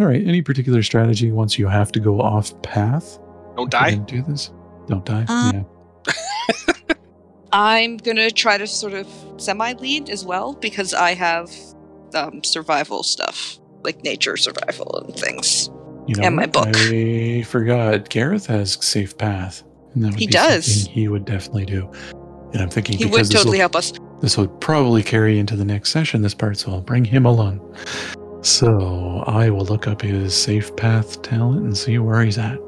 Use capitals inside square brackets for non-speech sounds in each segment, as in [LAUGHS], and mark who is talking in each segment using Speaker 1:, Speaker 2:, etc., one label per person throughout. Speaker 1: All right. Any particular strategy once you have to go off path?
Speaker 2: Don't
Speaker 1: if you're
Speaker 2: die.
Speaker 1: gonna Do this. Don't die.
Speaker 3: Uh,
Speaker 1: yeah.
Speaker 3: I'm gonna try to sort of semi lead as well because I have um, survival stuff like nature survival and things.
Speaker 1: You know,
Speaker 3: and my book.
Speaker 1: I forgot. Gareth has safe path, and that would
Speaker 3: He
Speaker 1: be
Speaker 3: does.
Speaker 1: something He would definitely do. And I'm thinking
Speaker 3: He would
Speaker 1: because
Speaker 3: totally
Speaker 1: this,
Speaker 3: help us.
Speaker 1: will, this will probably carry into the next session. This part, so I'll bring him along. So I will look up his safe path talent and see where he's at.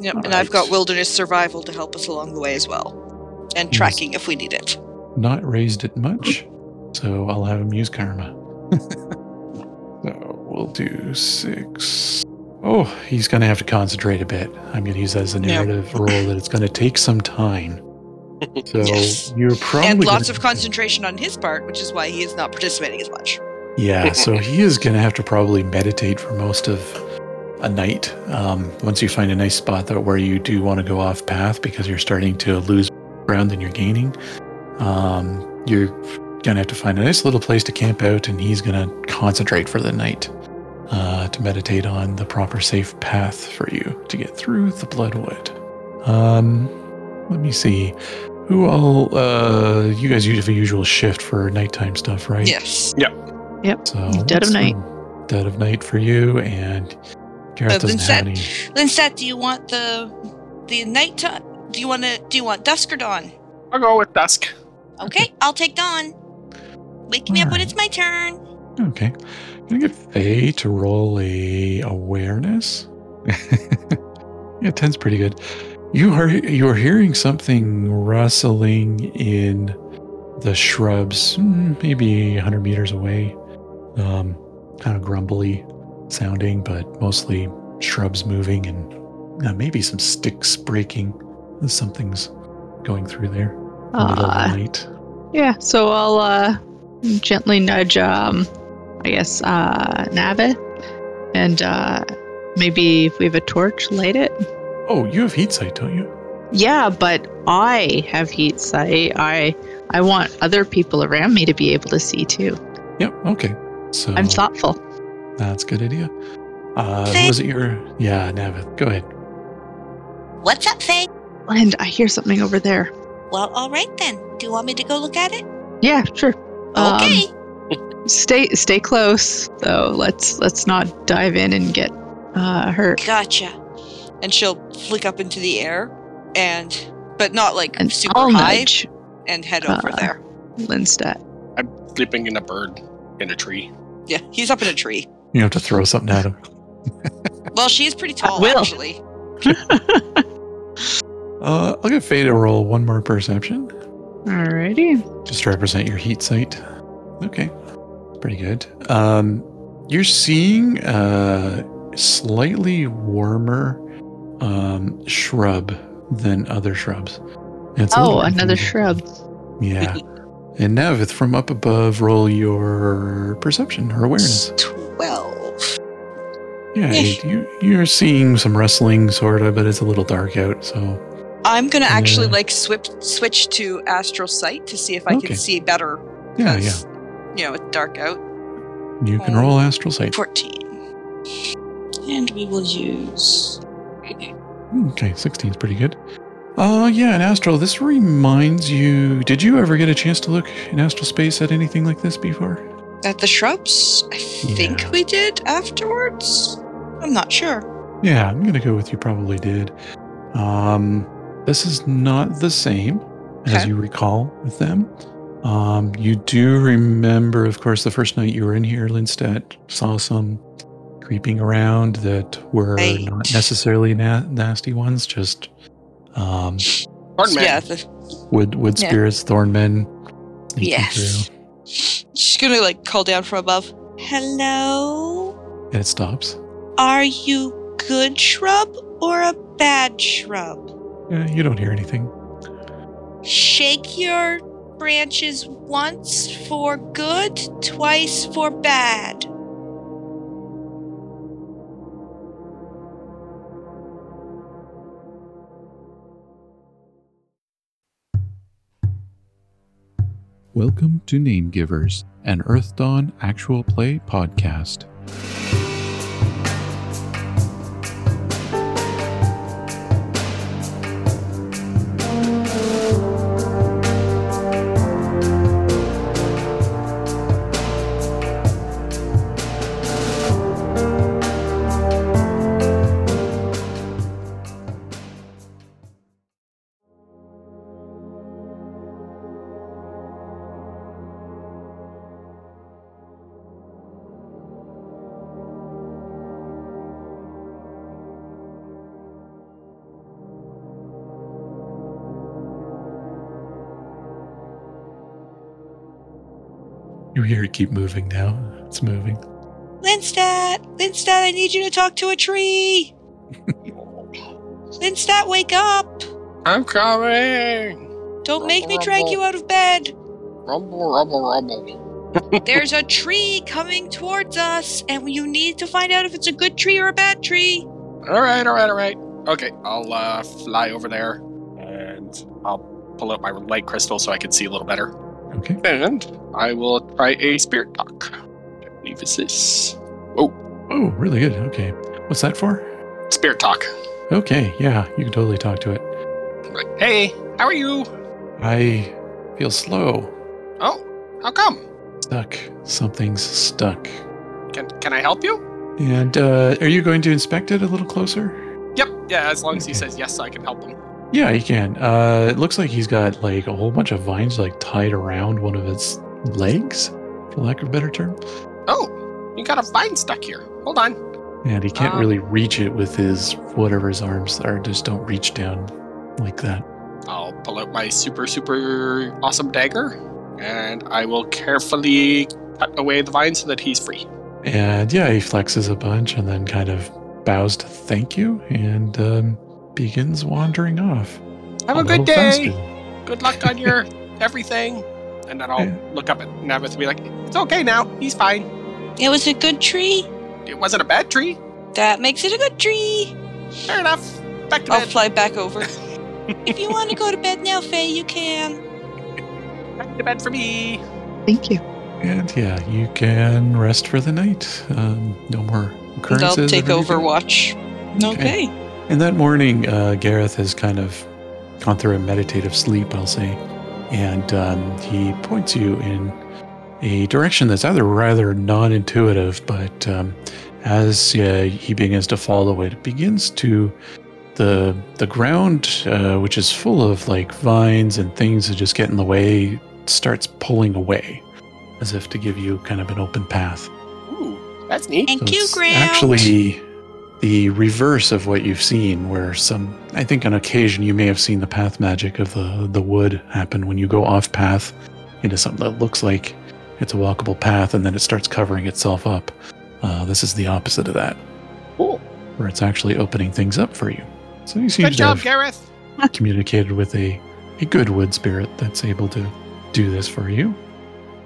Speaker 3: Yep,
Speaker 1: All
Speaker 3: and I've got
Speaker 1: right.
Speaker 3: wilderness survival to help us along the way as well, and
Speaker 1: Yes.
Speaker 3: tracking if we need it.
Speaker 1: Not raised it much, so I'll have him use karma. [LAUGHS] so we'll do six. Oh, he's going to have to concentrate a bit. I'm going to use that as a
Speaker 3: Yeah.
Speaker 1: narrative role that it's going to take some time. [LAUGHS] So
Speaker 3: Yes.
Speaker 1: you're probably
Speaker 3: and lots
Speaker 1: gonna-
Speaker 3: of concentration on his part, which is why he is not participating as much.
Speaker 1: Yeah, so he is going to have to probably meditate for most of a night. Um, once you find a nice spot that where you do want to go off path because you're starting to lose ground than you're gaining, um, you're going to have to find a nice little place to camp out, and he's going to concentrate for the night uh, to meditate on the proper safe path for you to get through the Bloodwood. Um, let me see. Who all? Uh, you guys have a usual shift for nighttime stuff, right?
Speaker 3: Yes.
Speaker 1: So
Speaker 4: Dead of
Speaker 1: what's
Speaker 4: night.
Speaker 1: the Dead of night for you, and Gareth
Speaker 3: Uh,
Speaker 1: doesn't have
Speaker 3: Vincent.
Speaker 1: any.
Speaker 3: Linsat, do you want the the night time? Do you want to? Do you want dusk or dawn?
Speaker 2: I'll go with dusk.
Speaker 1: [LAUGHS]
Speaker 3: Okay, I'll take dawn. Wake me up when it's my turn.
Speaker 1: Okay, gonna get Faye to roll a awareness. yeah, ten's pretty good. You are you are hearing something rustling in the shrubs, mm, maybe hundred meters away. Um, kind of grumbly sounding, but mostly shrubs moving and uh, maybe some sticks breaking. Something's going through there. in the middle of the
Speaker 4: Uh,
Speaker 1: night.
Speaker 4: yeah, so I'll uh, gently nudge, um, I guess, uh, Navit. And uh, maybe if we have a torch, light it.
Speaker 1: Oh, you have heat sight, don't you?
Speaker 4: Yeah, but I have heat sight. I I want other people around me to be able to see too.
Speaker 1: Yep. Okay. So
Speaker 4: I'm thoughtful.
Speaker 1: That's a good idea. Uh,
Speaker 3: Thank-
Speaker 1: was it your? Yeah, Navith. Go ahead.
Speaker 3: What's up, Faye?
Speaker 4: And I hear something over there.
Speaker 3: Well, all right then. Do you want me to go look at it?
Speaker 4: Yeah, sure. Um,
Speaker 3: Okay.
Speaker 4: stay stay close though. Let's let's not dive in and get uh, hurt.
Speaker 3: gotcha. And she'll flick up into the air, and but not like
Speaker 4: And
Speaker 3: super
Speaker 4: I'll
Speaker 3: high,
Speaker 4: nudge
Speaker 3: and head over
Speaker 4: Uh.
Speaker 3: there.
Speaker 4: Lindstedt.
Speaker 2: Sleeping in a bird in a tree.
Speaker 3: Yeah, he's up in a tree.
Speaker 1: You have to throw something at him.
Speaker 3: Well, she is pretty tall,
Speaker 4: will.
Speaker 3: actually.
Speaker 1: Uh, I'll get Faye to roll one more perception,
Speaker 4: Alrighty.
Speaker 1: just to represent your heat sight. Okay, pretty good. Um, you're seeing a slightly warmer um, shrub than other shrubs. And it's a
Speaker 4: Oh,
Speaker 1: little
Speaker 4: another
Speaker 1: confusing.
Speaker 4: shrub.
Speaker 1: Yeah. and Navith, from up above, roll your perception or awareness.
Speaker 3: Twelve.
Speaker 1: Yeah,
Speaker 3: Ish.
Speaker 1: you, you're seeing some rustling, sort of, but it's a little dark out, so
Speaker 3: I'm gonna actually
Speaker 1: Yeah.
Speaker 3: like switch switch to astral sight to see if I
Speaker 1: Okay.
Speaker 3: can see better.
Speaker 1: yeah, yeah.
Speaker 3: 'cause, You know, it's dark out.
Speaker 1: You can roll astral sight.
Speaker 3: Fourteen. And we will use.
Speaker 1: Hmm, Okay, 16 is pretty good. Uh, yeah, and astral. This reminds you. Did you ever get a chance to look in astral space at anything like this before?
Speaker 3: At the shrubs, I think
Speaker 1: Yeah.
Speaker 3: we did afterwards. I'm not sure.
Speaker 1: Yeah, I'm gonna go with you. Probably did. Um, this is not the same as
Speaker 3: Okay.
Speaker 1: you recall with them. Um, you do remember, of course, the first night you were in here, Lindstedt saw some creeping around that were
Speaker 3: Right.
Speaker 1: not necessarily na- nasty ones, just um,
Speaker 2: Pardon me.
Speaker 3: Yeah, the,
Speaker 1: wood wood
Speaker 3: Yeah.
Speaker 1: spirits, thorn men. sneaking
Speaker 3: Yes.
Speaker 1: through,
Speaker 3: she's gonna like call down from above. Hello,
Speaker 1: and it stops.
Speaker 3: are you good shrub or a bad shrub?
Speaker 1: Yeah, you don't hear anything.
Speaker 3: Shake your branches once for good, twice for bad.
Speaker 1: Welcome to Name Givers, an Earth Dawn actual play podcast. You hear it keep moving now. It's moving.
Speaker 3: Linstat! Linstat, I need you to talk to a tree! Linstat, wake up!
Speaker 2: I'm coming.
Speaker 3: Don't make me drag you out of bed!
Speaker 2: Rumble, rumble, rumble.
Speaker 3: There's a tree coming towards us, and you need to find out if it's a good tree or a bad tree.
Speaker 2: All right, all right, all right. Okay, I'll uh, fly over there and I'll pull out my light crystal so I can see a little better.
Speaker 1: Okay.
Speaker 2: And I will try a spirit talk. I believe it's this.
Speaker 1: Oh, really good. Okay. What's that for?
Speaker 2: Spirit talk.
Speaker 1: Okay. Yeah, you can totally talk to it.
Speaker 2: Like, hey, how are you?
Speaker 1: I feel slow.
Speaker 2: Oh, how come?
Speaker 1: Stuck. Something's stuck.
Speaker 2: Can can I help you?
Speaker 1: And uh, are you going to inspect it a little closer?
Speaker 2: Yep. Yeah, as long as he
Speaker 1: Okay.
Speaker 2: says yes, I can help him.
Speaker 1: Yeah, you can. Uh, it looks like he's got like a whole bunch of vines like tied around one of its legs, for lack of a better term.
Speaker 2: Oh, you got a vine stuck here. Hold on.
Speaker 1: And he can't
Speaker 2: Um,
Speaker 1: really reach it with his whatever his arms are. Just don't reach down like that.
Speaker 2: I'll pull out my super super awesome dagger, and I will carefully cut away the vine so that he's free.
Speaker 1: And yeah, he flexes a bunch and then kind of bows to thank you and um, begins wandering off.
Speaker 2: Have a
Speaker 1: little
Speaker 2: good day.
Speaker 1: faster.
Speaker 2: Good
Speaker 1: [LAUGHS]
Speaker 2: luck on your everything. And then I'll look up at Navith and be like, "It's okay now. He's fine.
Speaker 3: It was a good tree.
Speaker 2: It wasn't a bad tree.
Speaker 3: That makes it a good tree.
Speaker 2: Fair enough. Back to
Speaker 1: Oh,
Speaker 3: I'll
Speaker 2: bed."
Speaker 3: fly back [LAUGHS] over. if you want to go to bed now, Faye, you can.
Speaker 2: Back to bed for me.
Speaker 4: Thank you.
Speaker 1: And yeah, you can rest for the night. Um, no more
Speaker 3: And
Speaker 1: occurrences.
Speaker 3: I'll
Speaker 1: of
Speaker 3: take
Speaker 1: anything.
Speaker 3: overwatch.
Speaker 1: Okay.
Speaker 3: Okay.
Speaker 1: And that morning, uh, Gareth has kind of gone through a meditative sleep, I'll say, and um, he points you in a direction that's either rather non-intuitive, but um, as uh, he begins to follow it, it begins to the the ground, uh, which is full of like vines and things that just get in the way, starts pulling away, as if to give you kind of an open path.
Speaker 2: Ooh, that's neat.
Speaker 3: And
Speaker 1: So
Speaker 3: cue
Speaker 1: it's
Speaker 3: ground.
Speaker 1: Actually, the reverse of what you've seen, where some, I think on occasion you may have seen the path magic of the, the wood happen when you go off path into something that looks like it's a walkable path and then it starts covering itself up. Uh, this is the opposite of that,
Speaker 2: Cool.
Speaker 1: where it's actually opening things up for you. So you seem
Speaker 2: Good
Speaker 1: to
Speaker 2: job,
Speaker 1: have
Speaker 2: Gareth.
Speaker 1: communicated with a, a good wood spirit that's able to do this for you.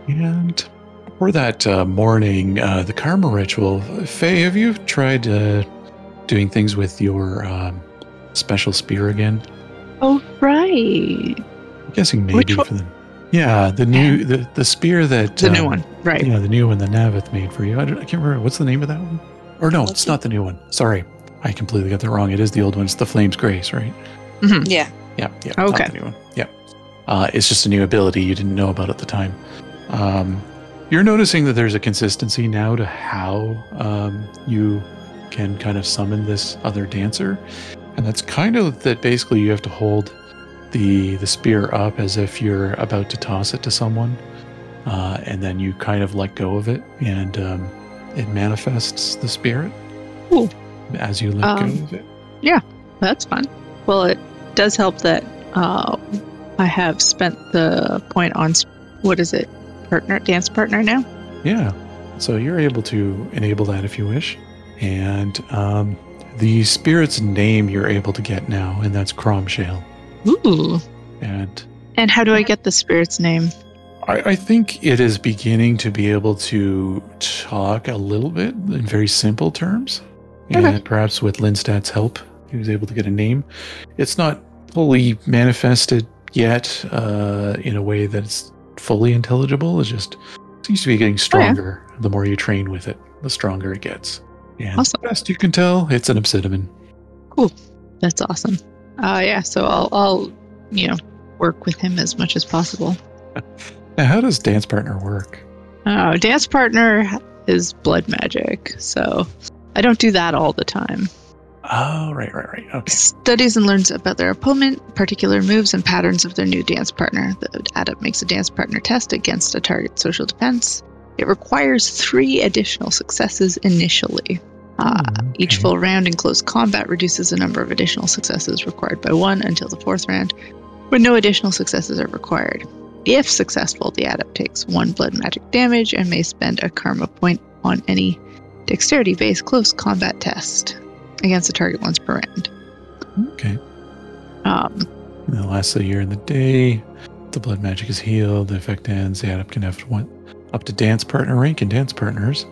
Speaker 1: And for that uh, morning, uh, the karma ritual, Faye, have you tried uh, doing things with your um, special spear again?
Speaker 4: Oh, right.
Speaker 1: I'm guessing
Speaker 4: Which
Speaker 1: maybe
Speaker 4: one?
Speaker 1: for the yeah the new the, the spear that
Speaker 4: The new
Speaker 1: um,
Speaker 4: one. Right.
Speaker 1: yeah the new one the Navith made for you. I, don't, I can't remember what's the name of that one. Or no,
Speaker 3: Let's
Speaker 1: it's
Speaker 3: see.
Speaker 1: not the new one. Sorry, I completely got that wrong. It is the old one. It's the Flames Grace, right?
Speaker 3: Yeah.
Speaker 1: Yeah, yeah. not
Speaker 4: Okay.
Speaker 1: the new one. Yeah. Uh, it's just a new ability you didn't know about at the time. Um, you're noticing that there's a consistency now to how um, you can kind of summon this other dancer, and that's kind of that. Basically, you have to hold the the spear up as if you're about to toss it to someone, uh, and then you kind of let go of it, and um, it manifests the spirit.
Speaker 4: Cool.
Speaker 1: As you let
Speaker 4: Um,
Speaker 1: go of it.
Speaker 4: That's fun. Well, it does help that uh, I have spent the point on s- what is it, partner dance partner now.
Speaker 1: Yeah. So you're able to enable that if you wish. And um, the spirit's name you're able to get now, and that's Cromshale.
Speaker 4: Ooh.
Speaker 1: And
Speaker 4: And how do I get the spirit's name?
Speaker 1: I, I think it is beginning to be able to talk a little bit in very simple terms.
Speaker 4: Okay.
Speaker 1: And perhaps with Lindstad's help, he was able to get a name. It's not fully manifested yet uh, in a way that's fully intelligible. It just seems to be getting stronger the more you train with it, the stronger it gets. And
Speaker 4: Awesome.
Speaker 1: best you can tell, it's an obsidian.
Speaker 4: That's awesome. Uh, yeah. So I'll, I'll, you know, work with him as much as possible.
Speaker 1: Now, how does dance partner work?
Speaker 4: Oh, dance partner is blood magic, so I don't do that all the time.
Speaker 1: Oh, right, right, right. Okay.
Speaker 4: Studies and learns about their opponent, particular moves, and patterns of their new dance partner. The adept makes a dance partner test against a target social defense. It requires three additional successes initially. Uh,
Speaker 1: Hmm,
Speaker 4: Each
Speaker 1: okay.
Speaker 4: full round in close combat reduces the number of additional successes required by one until the fourth round, when no additional successes are required. If successful, the adept takes one blood magic damage and may spend a karma point on any dexterity based close combat test against the target once per round. Hmm.
Speaker 1: Okay.
Speaker 4: Um,
Speaker 1: And then lastly, you're in the day. The blood magic is healed. The effect ends. The adept can have one up to dance partner rank and dance partners.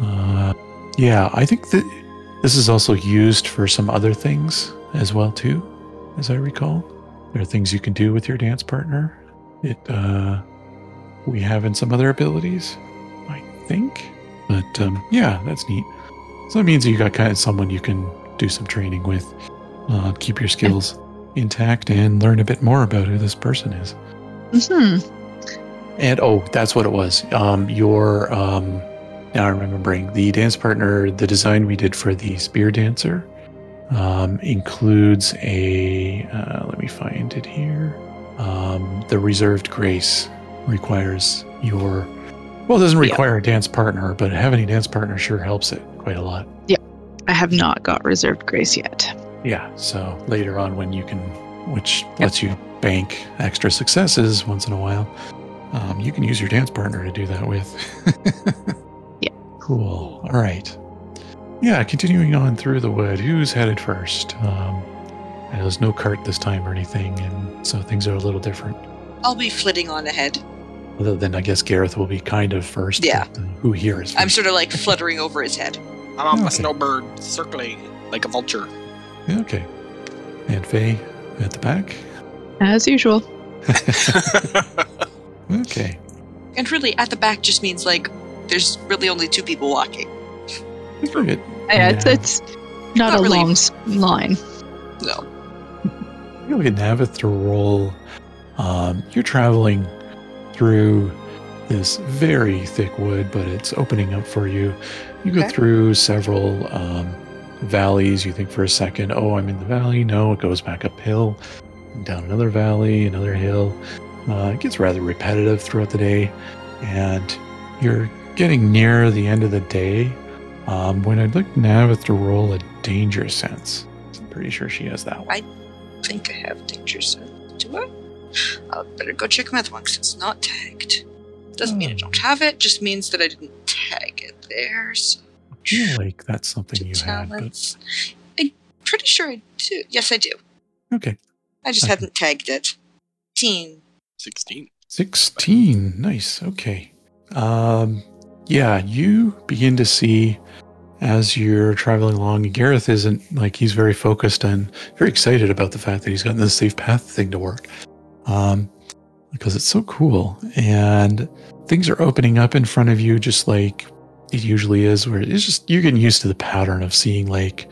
Speaker 1: Uh, yeah, I think that this is also used for some other things as well too, as I recall. There are things you can do with your dance partner. It uh, we have in some other abilities, I think. But um, yeah, that's neat. So it means you got kind of someone you can do some training with, uh, keep your skills intact and learn a bit more about who this person is.
Speaker 4: hmm
Speaker 1: And oh, that's what it was. Um, your um, now I'm remembering the dance partner. The design we did for the spear dancer um, includes a. Uh, let me find it here. Um, the reserved grace requires your. Well, it doesn't
Speaker 4: Yeah.
Speaker 1: require a dance partner, but having a dance partner sure helps it quite a lot.
Speaker 4: I have not got reserved grace yet.
Speaker 1: Yeah. So later on, when you can, which lets you bank extra successes once in a while, um, you can use your dance partner to do that
Speaker 3: [LAUGHS]
Speaker 1: with.
Speaker 4: Yeah.
Speaker 1: Cool. All right. Yeah. Continuing on through the wood, who's headed first? Um, and there's no cart this time or anything, and so things are a little different.
Speaker 3: I'll be flitting on ahead.
Speaker 1: Other than I guess Gareth will be kind of first.
Speaker 3: Yeah.
Speaker 1: but, uh, Who here is?
Speaker 3: I'm
Speaker 1: first?
Speaker 3: sort of like fluttering over his head.
Speaker 2: I'm a
Speaker 1: Okay.
Speaker 2: snowbird circling like a vulture.
Speaker 1: Yeah, okay. And Faye at the back.
Speaker 4: As usual.
Speaker 1: Okay.
Speaker 3: And really, at the back just means like there's really only two people walking.
Speaker 1: Very good.
Speaker 4: Yeah, It's,
Speaker 1: Yeah.
Speaker 4: it's not,
Speaker 3: Not
Speaker 4: a
Speaker 3: really.
Speaker 4: long s- line.
Speaker 3: No.
Speaker 1: You'll get Navith to roll. Um, you're traveling through this very thick wood, but it's opening up for you. You go
Speaker 3: Okay.
Speaker 1: through several um, valleys. You think for a second, oh, I'm in the valley. No, it goes back uphill, and down another valley, another hill. Uh, it gets rather repetitive throughout the day. And you're getting near the end of the day um, when I'd like Navith to roll a danger sense. I'm pretty sure she has that one.
Speaker 3: I think I have pictures. of- Do I? I better go check my other one because it's not tagged. Doesn't mean I don't have it. Just means that I didn't tag it there. So
Speaker 1: feel like that's something you had, but
Speaker 3: talents. I'm pretty sure I do. Yes, I do.
Speaker 1: okay.
Speaker 3: I just
Speaker 1: Okay.
Speaker 3: hadn't tagged it. Teen.
Speaker 2: 16.
Speaker 1: 16. Nice. Okay. Um, yeah, you begin to see as you're traveling along, Gareth isn't like he's very focused and very excited about the fact that he's gotten this safe path thing to work. Um, because it's so cool. And things are opening up in front of you just like it usually is, where it's just you're getting used to the pattern of seeing like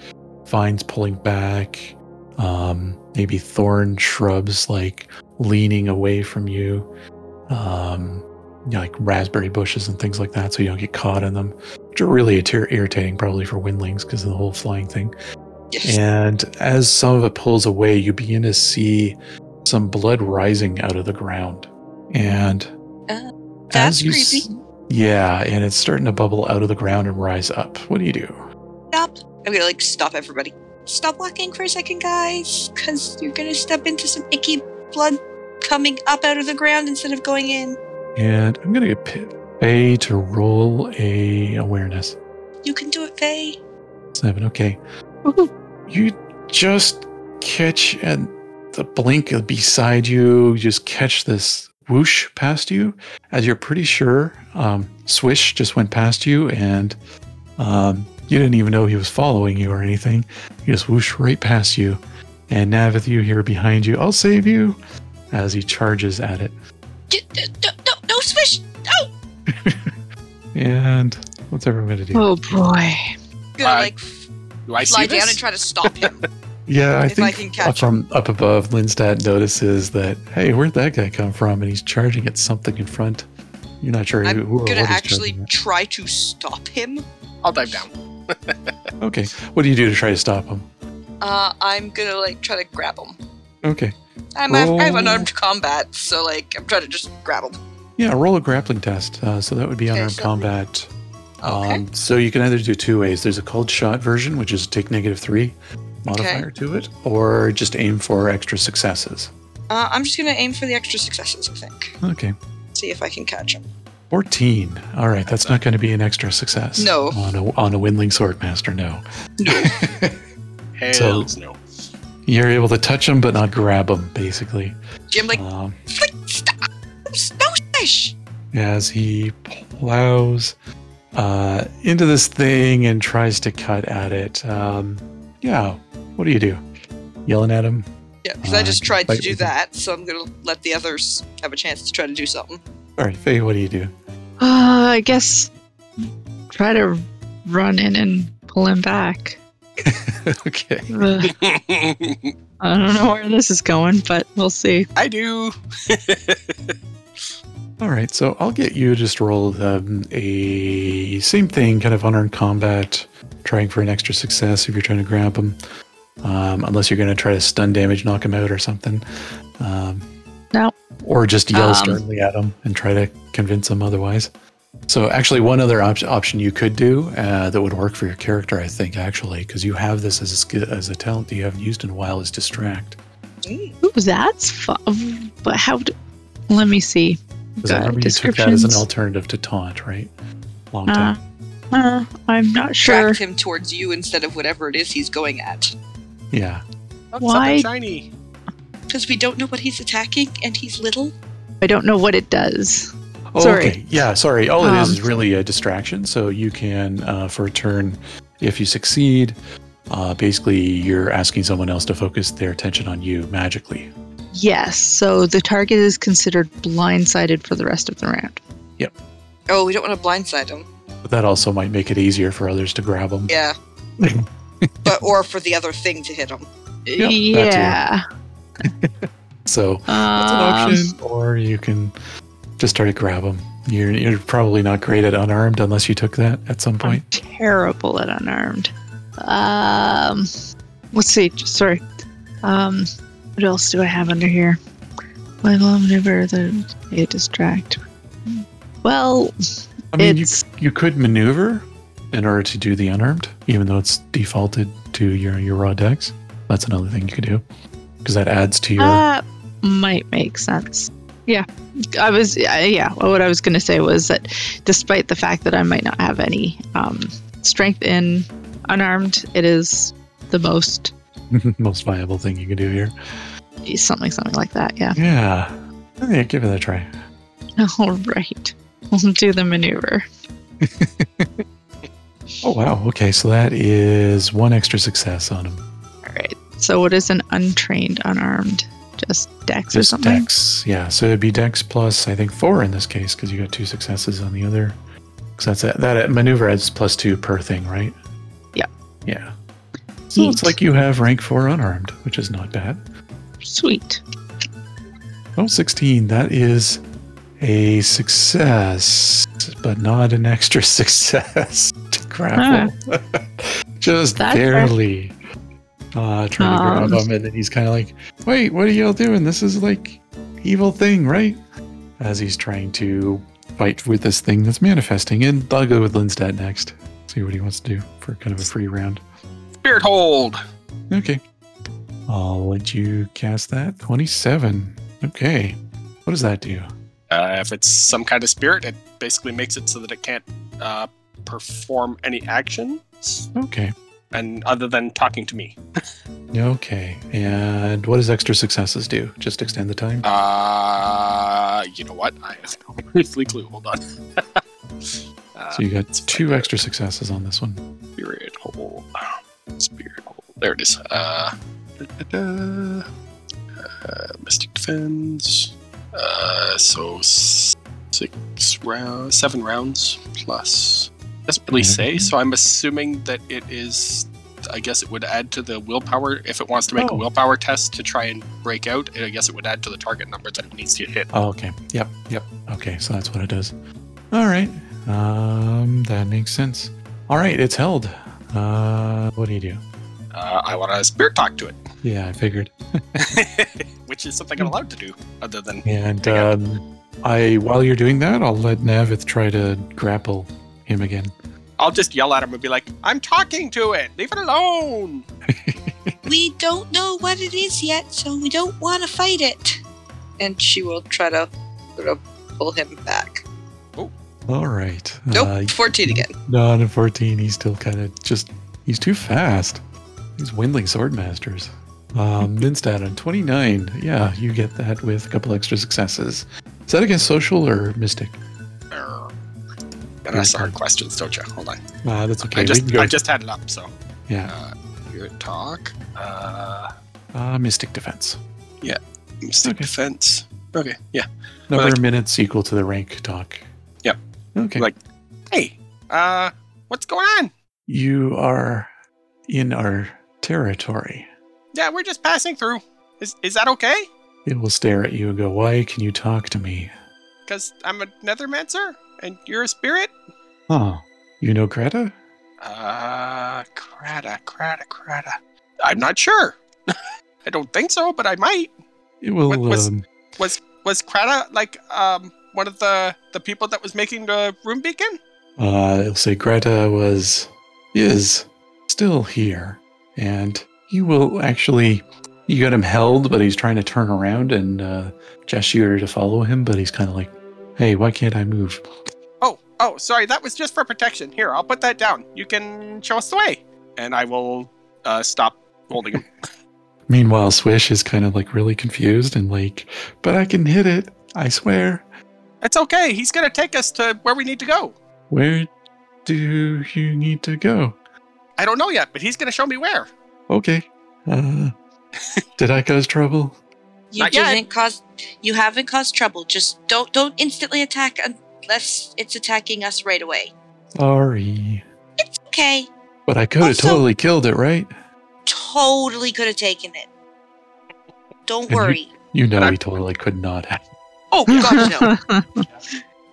Speaker 1: vines pulling back, um, maybe thorn shrubs like leaning away from you, um, you know, like raspberry bushes and things like that, so you don't get caught in them, which are really irri- irritating probably for windlings because of the whole flying thing.
Speaker 3: Yes.
Speaker 1: And as some of it pulls away, you begin to see some blood rising out of the ground. And
Speaker 3: Uh,
Speaker 1: as
Speaker 3: that's
Speaker 1: you s-
Speaker 3: creepy.
Speaker 1: yeah, and it's starting to bubble out of the ground and rise up. What do you do?
Speaker 3: Stop. I'm gonna like stop everybody. Stop walking for a second, guys, because you're gonna step into some icky blood coming up out of the ground instead of going in.
Speaker 1: And I'm going to get P- Faye to roll a awareness.
Speaker 3: You can do it, Faye.
Speaker 1: Seven. Okay.
Speaker 4: Woohoo.
Speaker 1: you just catch and the blink beside you you just catch this whoosh past you as you're pretty sure um, swish just went past you and um, you didn't even know he was following you or anything he just whooshed right past you and navith you here behind you i'll save you as he charges at it
Speaker 3: D- d- no, no, no, swish. No.
Speaker 1: and what's everyone gonna do
Speaker 4: Oh boy.
Speaker 3: Gonna
Speaker 2: Uh,
Speaker 3: like f-
Speaker 2: Do I
Speaker 3: fly
Speaker 2: see
Speaker 3: down
Speaker 2: this?
Speaker 3: and try to stop him.
Speaker 1: yeah i
Speaker 3: If I
Speaker 1: think
Speaker 3: can catch
Speaker 1: from up above lindstat notices that hey where'd that guy come from and he's charging at something in front you're not sure [LAUGHS] who,
Speaker 3: I'm
Speaker 1: who or
Speaker 3: gonna
Speaker 1: what he's
Speaker 3: actually
Speaker 1: charging
Speaker 3: try to stop him.
Speaker 2: I'll dive down.
Speaker 1: at. okay what do you do to try to stop him
Speaker 3: Uh, I'm gonna like try to grab him.
Speaker 1: okay
Speaker 3: I'm, I have- I have
Speaker 1: Roll.
Speaker 3: unarmed combat, so like I'm trying to just grab him.
Speaker 1: yeah roll a grappling test uh, so that would be
Speaker 3: Okay,
Speaker 1: unarmed
Speaker 3: so-
Speaker 1: combat
Speaker 3: Okay.
Speaker 1: um, so you can either do two ways there's a cold shot version which is take negative three modifier to it or just aim for extra successes
Speaker 3: Uh, I'm just gonna aim for the extra successes. I think.
Speaker 1: Okay.
Speaker 3: See if I can catch him.
Speaker 1: 14. All right, that's not going to be an extra success.
Speaker 3: No.
Speaker 1: On a, on a Windling Swordmaster, no.
Speaker 2: Hell
Speaker 1: So-
Speaker 2: no. [LAUGHS]
Speaker 1: You're able to touch him, but not grab him, basically.
Speaker 3: Jim, like,
Speaker 1: Um,
Speaker 3: like stop! No fish.
Speaker 1: as he plows uh, into this thing and tries to cut at it. Um, yeah, what do you do? Yelling at him?
Speaker 3: Yeah, because
Speaker 1: Uh,
Speaker 3: I just tried to
Speaker 1: like-
Speaker 3: do that, so I'm gonna let the others have a chance to try to do something.
Speaker 1: All right, Faye, what do you do? [LAUGHS]
Speaker 4: Uh, I guess try to run in and pull him back.
Speaker 1: okay.
Speaker 4: Ugh, I don't know where this is going, but we'll see.
Speaker 2: I do.
Speaker 1: All right, so I'll get you to just roll um, a same thing, kind of unarmed combat, trying for an extra success if you're trying to grab him, um, unless you're going to try to stun damage, knock him out, or something. Um,
Speaker 4: No.
Speaker 1: Or just yell
Speaker 4: Um,
Speaker 1: sternly at him and try to convince him otherwise. So, actually, one other op- option you could do uh, that would work for your character, I think, actually, because you have this as a, sk- as a talent that you haven't used in a while, is distract.
Speaker 3: Mm.
Speaker 4: Ooh, that's fun. But how? Do, let me see.
Speaker 1: 'Cause I remember you took that as an
Speaker 4: descriptions.
Speaker 1: alternative to taunt, right? Long time.
Speaker 4: Uh, uh, I'm not sure.
Speaker 3: Track him towards you instead of whatever it is he's going at,
Speaker 1: Yeah.
Speaker 2: That's
Speaker 4: Why-
Speaker 2: Oh, something shiny.
Speaker 3: because we don't know what he's attacking, and he's little.
Speaker 4: I don't know what it does.
Speaker 1: Oh,
Speaker 4: Sorry.
Speaker 1: okay. Yeah, sorry. All it is
Speaker 4: Um,
Speaker 1: is really a distraction. So you can, uh, for a turn, if you succeed, uh, basically you're asking someone else to focus their attention on you magically.
Speaker 4: Yes, so the target is considered blindsided for the rest of the round.
Speaker 3: Oh, we don't want to blindside him.
Speaker 1: But that also might make it easier for others to grab them.
Speaker 3: Yeah. but or for the other thing to hit him.
Speaker 1: Yep, that too.
Speaker 4: yeah.
Speaker 1: [LAUGHS] So that's an
Speaker 4: Um,
Speaker 1: option. Or you can just try to grab them. You're, you're probably not great at unarmed unless you took that at some
Speaker 4: I'm
Speaker 1: point.
Speaker 4: terrible at unarmed. Um, let's see. j- Sorry. Um, what else do I have under here? Level of maneuver the a distract. Well,
Speaker 1: I mean, you,
Speaker 4: it's
Speaker 1: you could maneuver in order to do the unarmed, even though it's defaulted to your, your raw decks. That's another thing you could do because that adds to your.
Speaker 4: uh, might make sense. Yeah, I was. I yeah, well, what I was going to say was that despite the fact that I might not have any um, strength in unarmed, it is the most
Speaker 1: [LAUGHS] most viable thing you can do here.
Speaker 4: something something like that. Yeah.
Speaker 1: Yeah. Yeah, give it a try.
Speaker 4: [LAUGHS] All right. We'll do the maneuver.
Speaker 1: Oh, wow. Okay, so that is one extra success on him.
Speaker 4: All right. So what is an untrained unarmed? Just dex or
Speaker 1: Just
Speaker 4: something?
Speaker 1: dex. Yeah, so it'd be dex plus, I think, four in this case because you got two successes on the other. Because that's it. That maneuver adds plus two per thing, right?
Speaker 4: Yeah.
Speaker 1: Yeah. So it's
Speaker 4: Neat.
Speaker 1: like you have rank four unarmed, which is not bad.
Speaker 4: Sweet.
Speaker 1: Oh, 16. That is a success, but not an extra [LAUGHS] success to grapple. [LAUGHS] Just
Speaker 4: That's fair.
Speaker 1: barely uh, trying to grab
Speaker 4: Um.
Speaker 1: him. And then he's kind of like, wait, what are y'all doing? This is like evil thing, right? As he's trying to fight with this thing that's manifesting. And I'll go with Lindstad next. See what he wants to do for kind of a free round.
Speaker 2: Spirit hold.
Speaker 1: Okay. I'll let you cast that. 27. Okay. What does that do?
Speaker 2: Uh, if it's some kind of spirit, it basically makes it so that it can't uh, perform any actions,
Speaker 1: Okay.
Speaker 2: and other than talking to me.
Speaker 1: Okay. And what does extra successes do? Just extend the time?
Speaker 2: Uh, you know what? I have no [LAUGHS] earthly clue. Hold on. [LAUGHS] uh,
Speaker 1: So you got
Speaker 2: let's
Speaker 1: two
Speaker 2: find out.
Speaker 1: extra successes on this one.
Speaker 2: Spirit hole. Spirit hole. There it is. Uh, da, da, da. Uh, Mystic defense. Uh, so s- six rounds, seven rounds plus. Doesn't
Speaker 1: Mm-hmm.
Speaker 2: really say. So I'm assuming that it is. I guess it would add to the willpower if it wants to make
Speaker 1: Oh.
Speaker 2: a willpower test to try and break out. And I guess it would add to the target number that it needs to hit.
Speaker 1: Oh, okay. Yep. Yep. Okay. So that's what it does. All right. Um, that makes sense. All right. It's held. Uh, what do you do?
Speaker 2: Uh, I want to spirit talk to
Speaker 1: Yeah, I figured.
Speaker 2: it, [LAUGHS] which is something I'm allowed to do, other than
Speaker 1: Hmm. And um, I, while you're doing that, I'll let Navith try to grapple him again.
Speaker 2: I'll just yell at him and be like, I'm talking to it! Leave it alone!
Speaker 3: We don't know what it is yet, so we don't want to fight it. and she will try to sort of pull him back.
Speaker 1: Uh, All right.
Speaker 3: Nope,
Speaker 1: Uh,
Speaker 3: 14 again.
Speaker 1: no, on a 14, he's still kind of just, he's too fast. He's Windling Swordmasters.
Speaker 2: [LAUGHS]
Speaker 1: Um, Ninstad on 29. Yeah, you get that with a couple extra successes. Is that against social or mystic?
Speaker 2: Err. But I saw questions, don't you? Hold on.
Speaker 1: Uh, that's okay.
Speaker 2: I
Speaker 1: we
Speaker 2: just
Speaker 1: can go-
Speaker 2: I just had it up, so
Speaker 1: yeah.
Speaker 2: uh, hear it talk. Uh,
Speaker 1: Uh, mystic defense.
Speaker 2: mystic
Speaker 1: Okay.
Speaker 2: defense. Okay, yeah.
Speaker 1: Number
Speaker 2: like-
Speaker 1: of minutes equal to the rank talk.
Speaker 2: Yep.
Speaker 1: Okay.
Speaker 2: Like- Hey, uh, what's going on?
Speaker 1: you are in our territory.
Speaker 2: Yeah, we're just passing through. Is is that okay?
Speaker 1: It will stare at you and go, Why can you talk to me?
Speaker 2: Because I'm a Nethermancer, and you're a spirit.
Speaker 1: Huh. You know Greta?
Speaker 2: Uh, crada, crada, crada. I'm not sure. [LAUGHS] I don't think so, but I might.
Speaker 1: It will.
Speaker 2: What was-
Speaker 1: um,
Speaker 2: Was was crada like um one of the the people that was making the room beacon?
Speaker 1: uh, it'll say Greta was. is still here. And you will actually. You got him held, but he's trying to turn around and uh, gesture to follow him, but he's kind of like, Hey, why can't I move?
Speaker 2: Oh, oh, sorry, that was just for protection. Here, I'll put that down. You can show us the way, and I will uh stop holding him.
Speaker 1: Meanwhile, Swish is kind of like really confused and like, but I can hit it, I swear.
Speaker 2: it's okay. He's gonna take us to where we need to go.
Speaker 1: Where do you need to go?
Speaker 2: I don't know yet, but he's gonna show me where.
Speaker 1: Okay. Uh, did I cause trouble?
Speaker 3: You
Speaker 2: Not yet.
Speaker 3: didn't cause you haven't caused trouble. Just don't don't instantly attack unless it's attacking us right away.
Speaker 1: Sorry.
Speaker 3: It's okay.
Speaker 1: But I could have
Speaker 3: Also-
Speaker 1: totally killed it, right?
Speaker 3: Totally could have taken it. Don't
Speaker 1: And you-
Speaker 3: worry.
Speaker 1: You know,
Speaker 2: I-
Speaker 1: he totally could not have.
Speaker 3: Oh god no.
Speaker 4: [LAUGHS]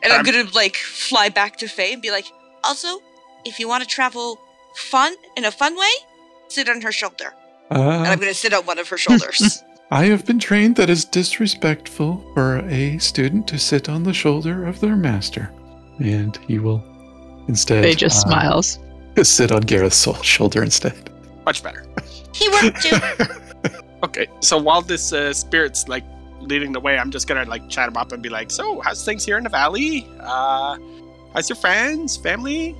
Speaker 3: And I'm
Speaker 2: Um,
Speaker 3: gonna like fly back to Faye and be like, also, if you want to travel fun in a fun way, sit on her shoulder. And
Speaker 1: Uh,
Speaker 2: Uh-huh.
Speaker 3: I'm gonna sit on one of her
Speaker 2: [LAUGHS]
Speaker 3: shoulders.
Speaker 1: I have been trained that it's disrespectful for a student to sit on the shoulder of their master. And he will instead
Speaker 4: Faye just
Speaker 1: uh,
Speaker 4: smiles.
Speaker 1: [LAUGHS] sit on Gareth's sol- shoulder instead.
Speaker 2: Much better.
Speaker 3: he worked too.
Speaker 2: Okay, so while this uh, spirit's like leading the way, I'm just gonna like chat him up and be like, "So, how's things here in the valley? Uh, how's your friends, family?"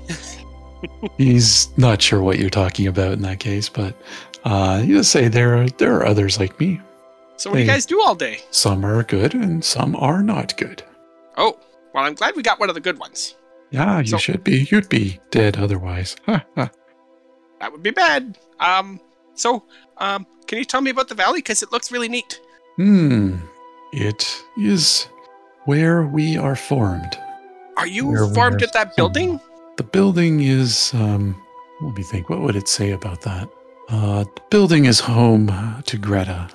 Speaker 1: He's not sure what you're talking about in that case, but uh, you just say there are there are others like me.
Speaker 2: So, what do you
Speaker 1: Hey.
Speaker 2: guys do all day?
Speaker 1: Some are good and some are not good.
Speaker 2: Oh, well, I'm glad we got one of the good ones.
Speaker 1: Yeah, you
Speaker 2: So-
Speaker 1: should be. You'd be dead otherwise. [LAUGHS] Ha, ha.
Speaker 2: That would be bad. Um, so, um, can you tell me about the valley? Cause it looks really neat.
Speaker 1: hmm. It is where we are formed.
Speaker 2: Are you
Speaker 1: Where we
Speaker 2: formed
Speaker 1: are
Speaker 2: at that building?
Speaker 1: The building is. Um, let me think. What would it say about that? Uh, the building is home to Greta.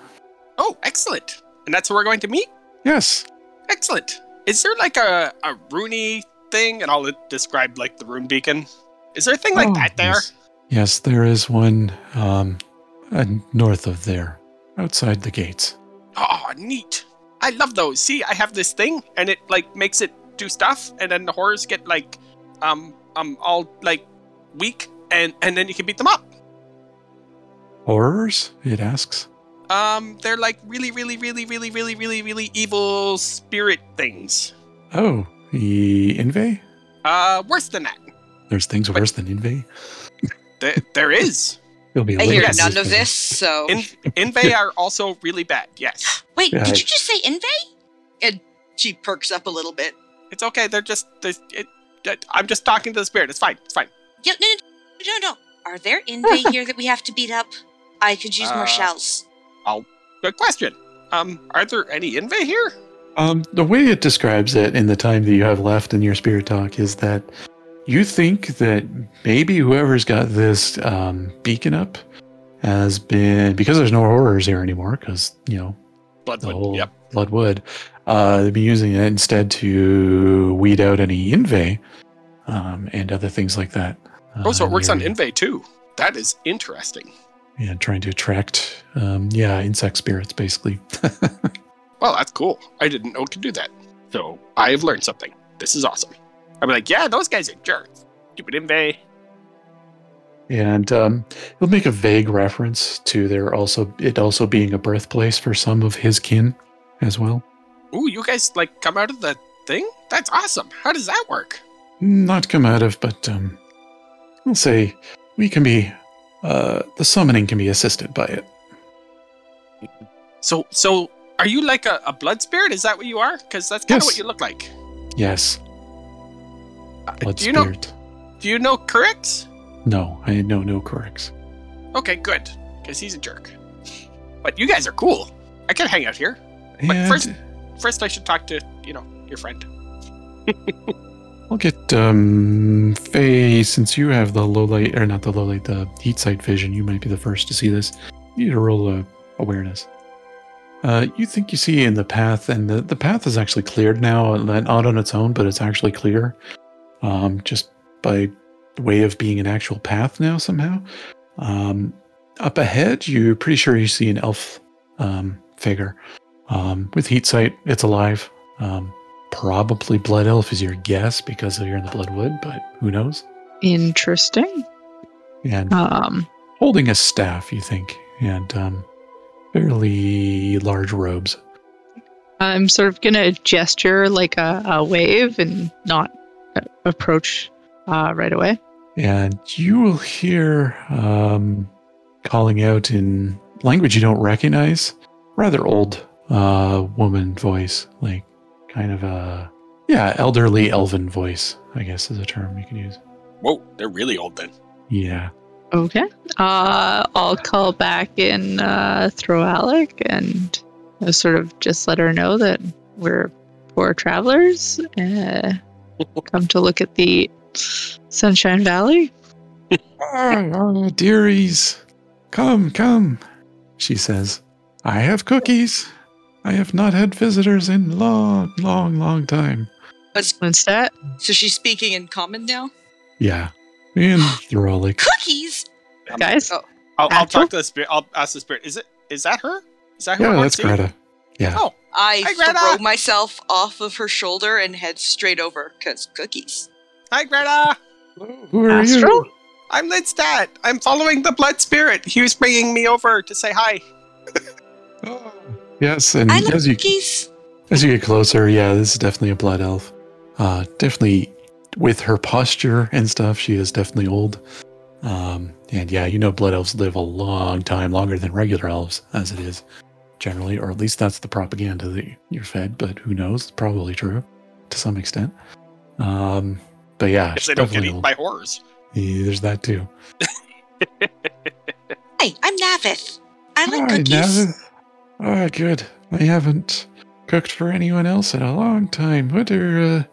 Speaker 2: Oh, excellent. And that's where we're going to meet.
Speaker 1: Yes.
Speaker 2: Excellent. Is there like a a Rooney thing? And I'll describe like the rune beacon. Is there a thing like
Speaker 1: Oh,
Speaker 2: that there?
Speaker 1: Yes. Yes, there is one um, uh, north of there, outside the gates.
Speaker 2: Oh, neat. I love those. See, I have this thing and it like makes it do stuff and then the horrors get like um um all like weak and and then you can beat them up.
Speaker 1: Horrors? It asks.
Speaker 2: Um they're like really really really really really really really evil spirit things.
Speaker 1: Oh, the Inve?
Speaker 2: Uh worse than that.
Speaker 1: There's things
Speaker 2: But-
Speaker 1: worse than Inve.
Speaker 2: There, there is.
Speaker 1: You'll be.
Speaker 3: I hear
Speaker 1: later.
Speaker 3: none of this, so
Speaker 2: In Inve are also really bad. Yes.
Speaker 3: Wait,
Speaker 1: Yeah, I-
Speaker 3: did you just say Inve? And she perks up a little bit.
Speaker 2: It's okay. They're just they it, it- I'm just talking to the spirit. It's fine. It's fine.
Speaker 3: Yeah, no, no, no, no. Are there
Speaker 2: [LAUGHS]
Speaker 3: Inve here that we have to beat up? I could use
Speaker 2: Uh,
Speaker 3: more shells.
Speaker 2: Good question. Um are there any Inve here?
Speaker 1: Um, the way it describes it in the time that you have left in your spirit talk is that you think that maybe whoever's got this um, beacon up has been because there's no horrors here anymore because you know the
Speaker 2: Bloodwood.
Speaker 1: whole
Speaker 2: Yep.
Speaker 1: Bloodwood. Uh, they've been using it instead to weed out any Inve um, and other things like that.
Speaker 2: Oh, so
Speaker 1: Uh,
Speaker 2: it works on
Speaker 1: you're-
Speaker 2: Inve too. That is interesting.
Speaker 1: Yeah, trying to attract, um, yeah, insect spirits basically. [LAUGHS]
Speaker 2: Well, that's cool. I didn't know it could do that. So I have learned something. This is awesome. I'd be like, yeah, those guys are jerks. Stupid Inve.
Speaker 1: and um, he'll make a vague reference to there also it also being a birthplace for some of his kin as well.
Speaker 2: Ooh, you guys like come out of the thing? That's awesome. How does that work?
Speaker 1: Not come out of, but um, I'll say we can be. Uh, the summoning can be assisted by it.
Speaker 2: So, so are you like a, a blood spirit? Is that what you are? Because that's kind of
Speaker 1: Yes.
Speaker 2: what you look like.
Speaker 1: Yes.
Speaker 2: Uh,
Speaker 1: Blood
Speaker 2: do you know?
Speaker 1: spirit.
Speaker 2: Do you know Correct?
Speaker 1: No, I know no corrects.
Speaker 2: Okay, good. Because he's a jerk. But you guys are cool. I can hang out here. But
Speaker 1: And
Speaker 2: first- First, I should talk to you know your friend.
Speaker 1: I'll get um Faye, since you have the low light or not the low light, the heat sight vision, you might be the first to see this. You need to roll a awareness. Uh, you think you see in the path, and the, the path is actually cleared now, and not on its own, but it's actually clear. Um, just by way of being an actual path now somehow. Um, up ahead, you're pretty sure you see an elf um, figure. Um, with heat sight, it's alive. Um, Probably Blood Elf is your guess because you're in the Bloodwood, but who knows?
Speaker 4: Interesting.
Speaker 1: And
Speaker 4: Um,
Speaker 1: holding a staff, you think, and um, fairly large robes.
Speaker 4: I'm sort of gonna gesture like a, a wave and not uh, approach uh, right away.
Speaker 1: And you will hear um, calling out in language you don't recognize, rather old uh, woman voice, like kind of a, yeah, elderly elven voice, I guess is a term you can use.
Speaker 2: Whoa, they're really old then.
Speaker 1: Yeah.
Speaker 4: Okay. Uh, I'll call back and uh, throw Alec and uh, sort of just let her know that we're poor travelers. Uh, come to look at the Sunshine Valley.
Speaker 1: Ah, ah, dearies, come, come, she says. I have cookies. I have not had visitors in long, long, long time.
Speaker 4: What's that?
Speaker 3: So she's speaking in common now?
Speaker 1: Yeah. And they're all like,
Speaker 3: Cookies!
Speaker 4: Guys?
Speaker 3: Oh,
Speaker 2: Um, I'll, I'll
Speaker 4: Axel?
Speaker 2: talk to the spirit. I'll ask the spirit. Is it? Is that her? Is that who I
Speaker 1: yeah,
Speaker 2: want
Speaker 1: that's
Speaker 2: to see?
Speaker 1: Greta. Yeah.
Speaker 2: Oh,
Speaker 3: I
Speaker 2: Hi, Greta!
Speaker 3: throw myself off of her shoulder and head straight over, because cookies.
Speaker 2: hi Greta.
Speaker 1: Who are
Speaker 4: Astral?
Speaker 1: you?
Speaker 2: I'm Lidstat. I'm following the blood spirit. He was bringing me over to say hi.
Speaker 1: Oh. Yes,
Speaker 2: Mm,
Speaker 1: and
Speaker 3: I love
Speaker 1: as you
Speaker 3: cookies!
Speaker 1: as you get closer, yeah, this is definitely a blood elf. Uh, definitely with her posture and stuff, she is definitely old. Um, and yeah, you know, blood elves live a long time, longer than regular elves, as it is generally, or at least that's the propaganda that you're fed. But who knows? Probably true to some extent. Um, but yeah,
Speaker 2: If
Speaker 1: she's
Speaker 2: they don't get
Speaker 1: definitely
Speaker 2: eaten
Speaker 1: old.
Speaker 2: by horrors.
Speaker 1: Yeah, there's that too.
Speaker 3: Hey, I'm Navith. I like
Speaker 1: Hi,
Speaker 3: cookies.
Speaker 1: Navith. Ah, good. I haven't cooked for anyone else in a long time. What are uh,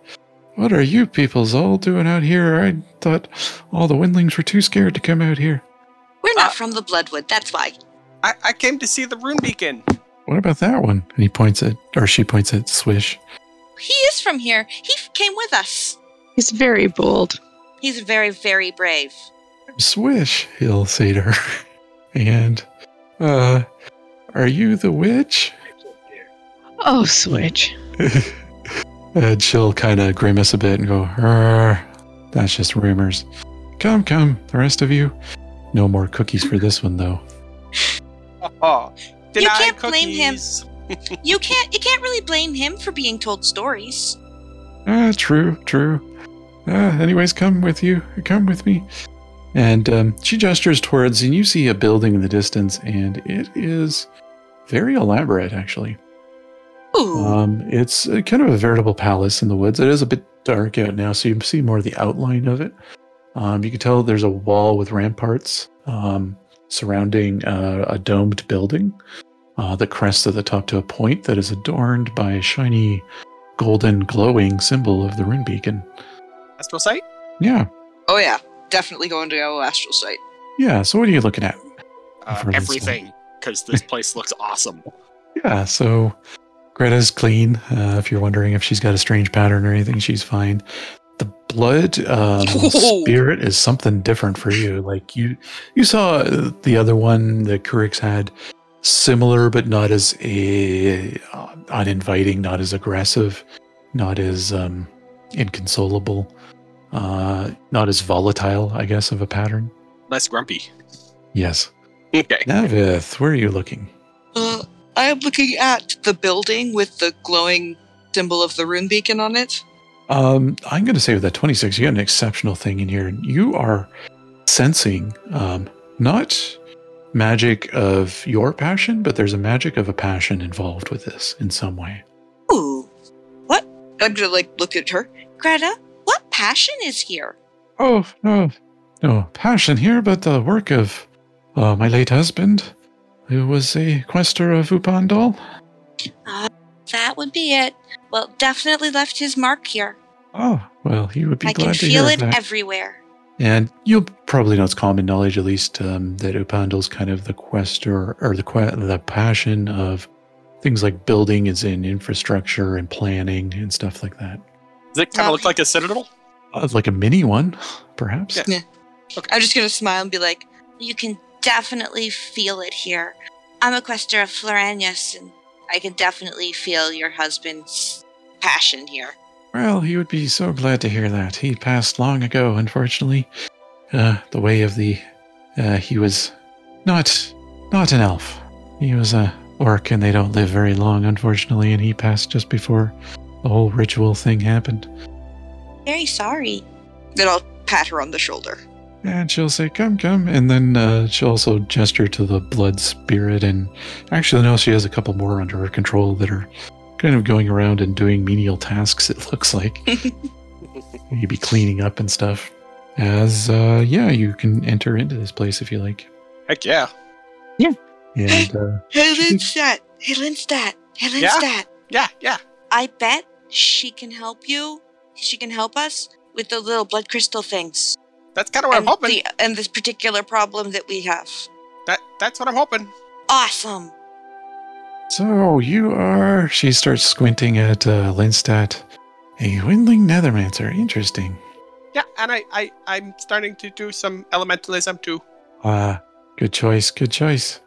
Speaker 1: what are you peoples all doing out here? I thought all the windlings were too scared to come out here.
Speaker 3: We're not
Speaker 2: Uh,
Speaker 3: from the Bloodwood, that's why.
Speaker 2: I, I came to see the rune beacon.
Speaker 1: What about that one? And he points at, or she points at Swish.
Speaker 3: He is from here. He f- came with us.
Speaker 4: He's very bold.
Speaker 3: He's very, very brave.
Speaker 1: Swish, he'll say to her. [LAUGHS] and, uh, are you the witch?
Speaker 4: Oh, switch. [LAUGHS]
Speaker 1: [LAUGHS] and she'll kind of grimace a bit and go, "Arr, "That's just rumors." Come, come, the rest of you. No more cookies for this one, though.
Speaker 2: Oh,
Speaker 3: You can't blame him. You can't you can't really blame him for being told stories.
Speaker 1: Ah, true, true. Ah, anyways, come with you. Come with me. And um, she gestures towards, and you see a building in the distance, and it is very elaborate, actually.
Speaker 3: Ooh.
Speaker 1: Um, it's uh kind of a veritable palace in the woods. It is a bit dark out now, so you see more of the outline of it. Um, you can tell there's a wall with ramparts um, surrounding uh, a domed building. Uh, the crest at the top to a point that is adorned by a shiny, golden, glowing symbol of the rune beacon.
Speaker 2: Astral sight.
Speaker 1: Yeah,
Speaker 3: oh yeah. Definitely going to go astral sight.
Speaker 1: yeah. So what are you looking at?
Speaker 2: Uh,
Speaker 1: For this
Speaker 2: everything, because
Speaker 1: [LAUGHS]
Speaker 2: this place looks awesome.
Speaker 1: Yeah, so Greta's clean. Uh, if you're wondering if she's got a strange pattern or anything, she's fine. The blood um,
Speaker 2: Whoa.
Speaker 1: spirit is something different for you. Like you, you saw uh, the other one that Kurix had, similar but not as a, uh, uninviting, not as aggressive, not as um, inconsolable, uh, not as volatile, I guess, of a pattern.
Speaker 2: Less grumpy. [LAUGHS]
Speaker 1: Yes,
Speaker 2: Okay.
Speaker 1: Navith, where are you looking?
Speaker 3: Uh, I am looking at the building with the glowing symbol of the rune beacon on it.
Speaker 1: Um, I'm going to say with that 26, you got an exceptional thing in here. You are sensing um, not magic of your passion, but there's a magic of a passion involved with this in some way.
Speaker 3: Ooh, what? I'm gonna like look at her. Greta, what passion is here?
Speaker 1: Oh, no, no passion here, but the work of uh, my late husband, who was a quester of Upandal.
Speaker 5: That would be it. Well, definitely left his mark here.
Speaker 1: Oh, well, he would be
Speaker 5: I
Speaker 1: glad
Speaker 5: can
Speaker 1: to hear
Speaker 5: feel
Speaker 1: of
Speaker 5: it
Speaker 1: that.
Speaker 5: everywhere.
Speaker 1: And you'll probably know it's common knowledge, at least, um, that Upandal's kind of the quester or the que- the passion of things like building is in infrastructure and planning and stuff like that.
Speaker 2: Does it kind
Speaker 3: Well-
Speaker 2: of look like a citadel?
Speaker 1: Uh, like a mini one, perhaps.
Speaker 2: Yeah.
Speaker 3: I'm just gonna smile and be like,
Speaker 5: You can definitely feel it here. I'm a quester of Floranius, and I can definitely feel your husband's
Speaker 3: passion here.
Speaker 1: Well, he would be so glad to hear that. He passed long ago, unfortunately. Uh, the way of the. Uh, he was not not an elf. He was a orc, and they don't live very long, unfortunately. And he passed just before the whole ritual thing happened.
Speaker 5: very sorry.
Speaker 3: Then I'll pat her on the shoulder.
Speaker 1: And she'll say, come, come. And then uh, she'll also gesture to the blood spirit. And actually, no, she has a couple more under her control that are kind of going around and doing menial tasks, it [LAUGHS] looks
Speaker 2: [LAUGHS]
Speaker 1: like. Maybe cleaning up and stuff. As, uh, yeah, you can enter into this place if you like.
Speaker 2: Heck yeah.
Speaker 1: And
Speaker 2: [LAUGHS]
Speaker 1: uh,
Speaker 3: Hey, Linstat!
Speaker 5: Hey, Linstat. Hey, Linstat.
Speaker 2: Yeah? Yeah, yeah.
Speaker 5: I bet she can help you. She can help us with the little blood crystal things.
Speaker 2: That's kind of what I'm
Speaker 5: and,
Speaker 2: hoping.
Speaker 5: the- and this particular problem that we have.
Speaker 2: That That's what I'm hoping.
Speaker 5: Awesome.
Speaker 1: so you are. She starts squinting at uh, Linstat. A windling nethermancer. Interesting.
Speaker 2: Yeah, and I, I, I'm starting to do some elementalism too.
Speaker 1: Uh, good choice. Good choice.